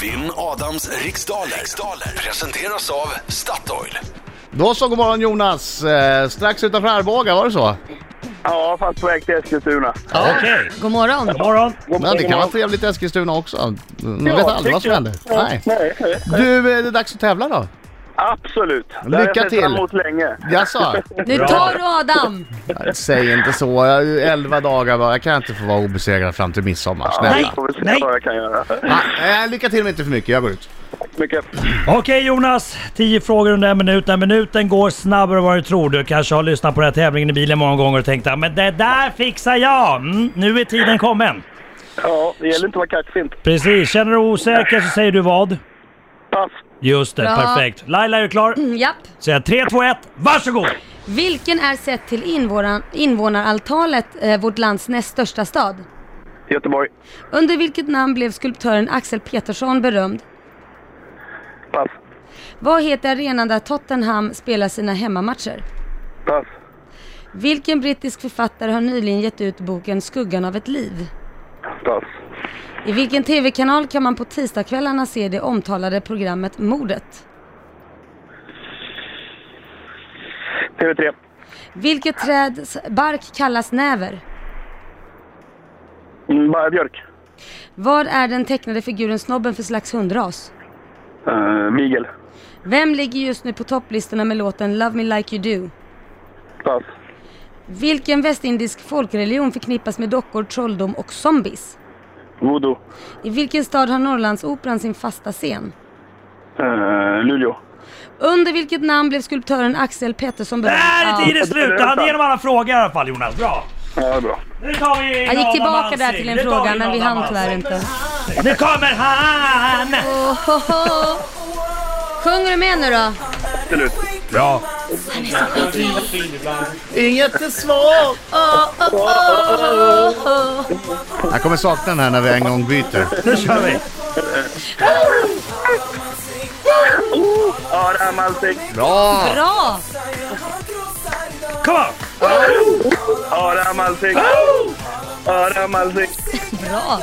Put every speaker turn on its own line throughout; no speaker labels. Vinn Adams riksdaler. riksdaler presenteras av Statoil.
Då så, god morgon Jonas. Eh, strax utanför Arboga, var det så?
Ja, fast på väg till Eskilstuna.
Okej,
God morgon.
god morgon.
Men det kan vara trevligt i Eskilstuna också. Man vet aldrig vad som händer. Nej.
Nej, nej.
Du, eh, det är dags att tävla då.
Absolut. Det har
Lycka
jag sett
till.
fram emot länge.
Jaså?
Nu tar du Adam.
Nej, Säg inte så. Jag har ju elva dagar bara. Jag kan inte få vara obesegrad fram till midsommar.
Nej,
Snälla.
får väl se
Nej.
vad jag kan göra.
Nej, eh, lycka till men inte för mycket. Jag går ut.
Mycket.
Okej Jonas, 10 frågor under en minut. Den minuten går snabbare än vad du tror. Du kanske har lyssnat på den här tävlingen i bilen många gånger och tänkt att men det där fixar jag. Mm, nu är tiden kommen.
Ja, det gäller inte att vara kaxig.
Precis, känner du dig osäker så säger du vad?
Pass.
Just det,
Bra.
perfekt. Laila är du klar?
Mm, Japp.
Säger 3, 2, 1, varsågod!
Vilken är sett till invånar, invånarantalet eh, vårt lands näst största stad?
Göteborg.
Under vilket namn blev skulptören Axel Petersson berömd?
Pass.
Vad heter arenan där Tottenham spelar sina hemmamatcher?
Pass.
Vilken brittisk författare har nyligen gett ut boken Skuggan av ett liv?
Pass.
I vilken TV-kanal kan man på tisdagskvällarna se det omtalade programmet Mordet?
TV3.
Vilket träds bark kallas näver?
Mm, bara Björk.
Vad är den tecknade figuren Snobben för slags hundras?
Uh, Miguel.
Vem ligger just nu på topplistorna med låten Love Me Like You Do?
Pass.
Vilken västindisk folkreligion förknippas med dockor, trolldom och zombies?
Voodoo.
I vilken stad har Norrlandsoperan sin fasta scen?
Uh, Luleå.
Under vilket namn blev skulptören Axel Pettersson berömd?
Där är
Ja.
tiden slut! Han är igenom alla frågor i alla fall Jonas. Bra!
Ja, det är bra.
Nu tar vi
Jag gick
Adam
tillbaka
Alsing.
där till en
Nu tar
fråga men vi
Adam
hann tyvärr
Alsing.
inte.
Nu kommer han!
Ohoho. Sjunger du med nu då?
Absolut.
Bra!
Inget är svårt. Jag kommer sakna den här när vi en gång byter.
Nu kör vi!
Adam Alsing.
Bra!
Bra!
Kom on!
Adam Alsing. Adam Alsing.
Bra!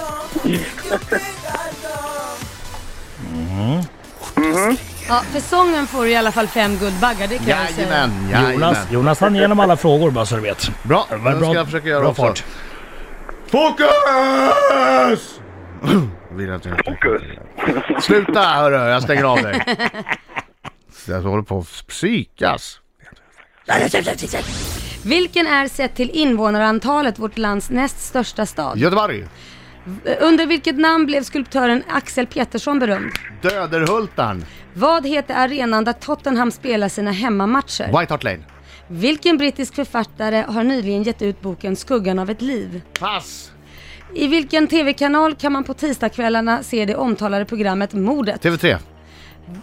Ja, för sången får du i alla fall fem Guldbaggar, det kan jag säga.
Jajamän, jajamän.
Jonas, Jonas han igenom alla frågor bara så du vet.
Bra,
var
nu
bra-
ska jag försöka göra
bra
också.
fart.
Fokus! Vill jag inte.
Kus.
Sluta hörru, jag stänger av dig. Jag håller på att psykas.
Vilken är sett till invånarantalet vårt lands näst största stad?
Göteborg,
Under vilket namn blev skulptören Axel Petersson berömd?
Döderhultarn,
Vad heter arenan där Tottenham spelar sina hemmamatcher?
White Hart Lane.
Vilken brittisk författare har nyligen gett ut boken Skuggan av ett liv?
Pass!
I vilken TV-kanal kan man på tisdagskvällarna se det omtalade programmet Mordet?
TV3,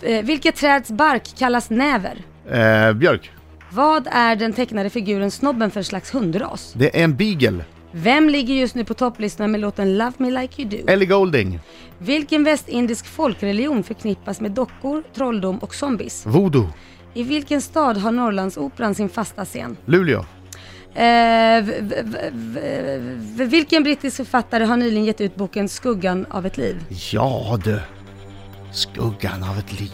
Eh, Vilket träds bark kallas näver?
eh, Björk.
Vad är den tecknade figuren Snobben för slags hundras?
Det är en beagle.
Vem ligger just nu på topplistorna med låten Love Me Like You Do?
Ellie Golding,
Vilken västindisk folkreligion förknippas med dockor, trolldom och zombies?
Voodoo,
I vilken stad har Norrlandsoperan sin fasta scen?
Luleå.
Eh, v- v- v- v- v- vilken brittisk författare har nyligen gett ut boken Skuggan av ett liv?
Ja du. Skuggan av ett liv.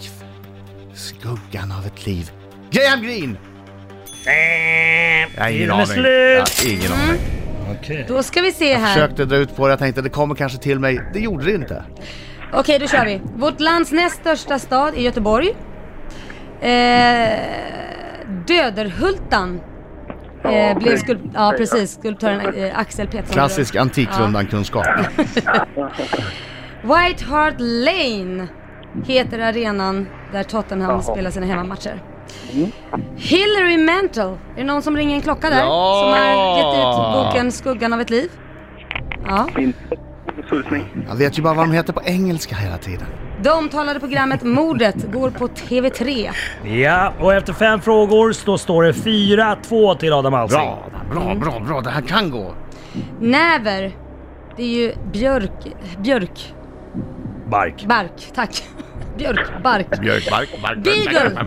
Skuggan av ett liv. Graham Green! Jag har ingen
Tiden är
aning. Jag
slut!
har ingen aning.
Då ska vi se här.
Försökte dra ut på det, jag tänkte det kommer kanske till mig. Det gjorde det inte.
Okej, då kör vi. Vårt lands näst största stad är Göteborg. Eh, Döderhultan eh, blev skulpt- ja, precis, skulptören eh, Axel Pettersson.
Klassisk Antikrundan-kunskap.
White Hart Lane heter arenan där Tottenham
Jaha.
spelar sina hemmamatcher. Hillary Mantel, är det någon som ringer en klocka där?
Ja!
Som har gett ut boken Skuggan av ett liv? Ja.
Inte susning.
Jag vet ju bara vad de heter på engelska hela tiden.
Det omtalade programmet Mordet går på TV3.
Ja, och efter fem frågor så står det 4-2 till Adam Alsing.
Bra, bra, bra, bra. Det här kan gå.
Näver, det är ju björk, björk,
Bark.
bark, tack. Björk, bark.
Björk, bark, bark,
Beagle.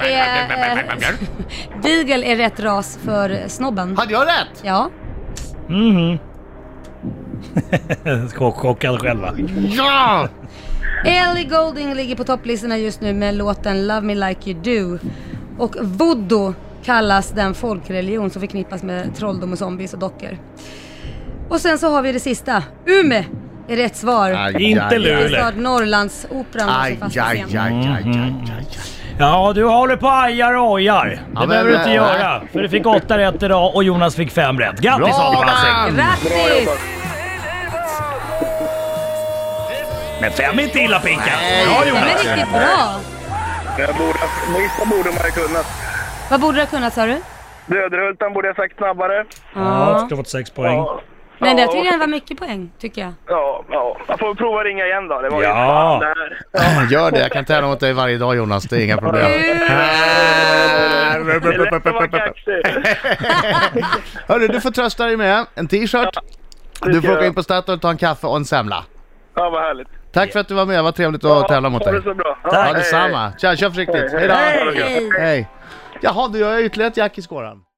Eh, eh, Beagle är rätt ras för snobben.
Hade jag rätt?
Ja.
Chock- Chockad själv va?
Ja!
Ellie Goulding ligger på topplistorna just nu med låten Love Me Like You Do. Och voodoo kallas den folkreligion som förknippas med trolldom och zombies och dockor. Och sen så har vi det sista. Ume är rätt svar.
Aj,
Inte
aj, aj.
Luleå.
Stad Norrlandsoperan låser
Aj,
fast
aj,
på
aj, aj,
scen.
aj, aj, aj.
Ja, du håller på och ajar och ojar. Det
men- eh,
behöver du inte
men-
göra. För du fick åtta rätt idag och Jonas fick fem rätt.
Bra,
Grattis
Dan!
Abrahamsson!
Bra
Grattis!
jobbat.
Men fem är inte illa pinkat.
Ja,
Bra
Den är
Jonas!
riktigt bra.
Jag borde, vissa borde man ha kunnat.
Vad borde du ha kunnat sa du?
Döderhultan borde jag sagt snabbare.
Ja, du ska fått sex poäng.
Ja.
Men det
Ja,
tycker jag var mycket poäng, tycker jag.
Ja, ja. Jag får prova att ringa igen då. Det var ju
Ja.
fan det här. Ja.
Gör det, jag kan tävla mot dig varje dag Jonas, det är inga problem.
Mm.
Det är lätt att vara kaxig.
Hörru, du får trösta dig med en t-shirt.
det
Du
ska
får åka
jag.
in på Statoil och ta en kaffe och en semla.
Ja, vad härligt.
Tack för att du var med, vad trevligt att tävla mot
Ha
dig.
det så bra. Ja,
Ja,
hej, hej.
detsamma. Tja, kör försiktigt. Hej då.
Hej!
Hej. Jaha, du har ytterligare ett jack i skåran.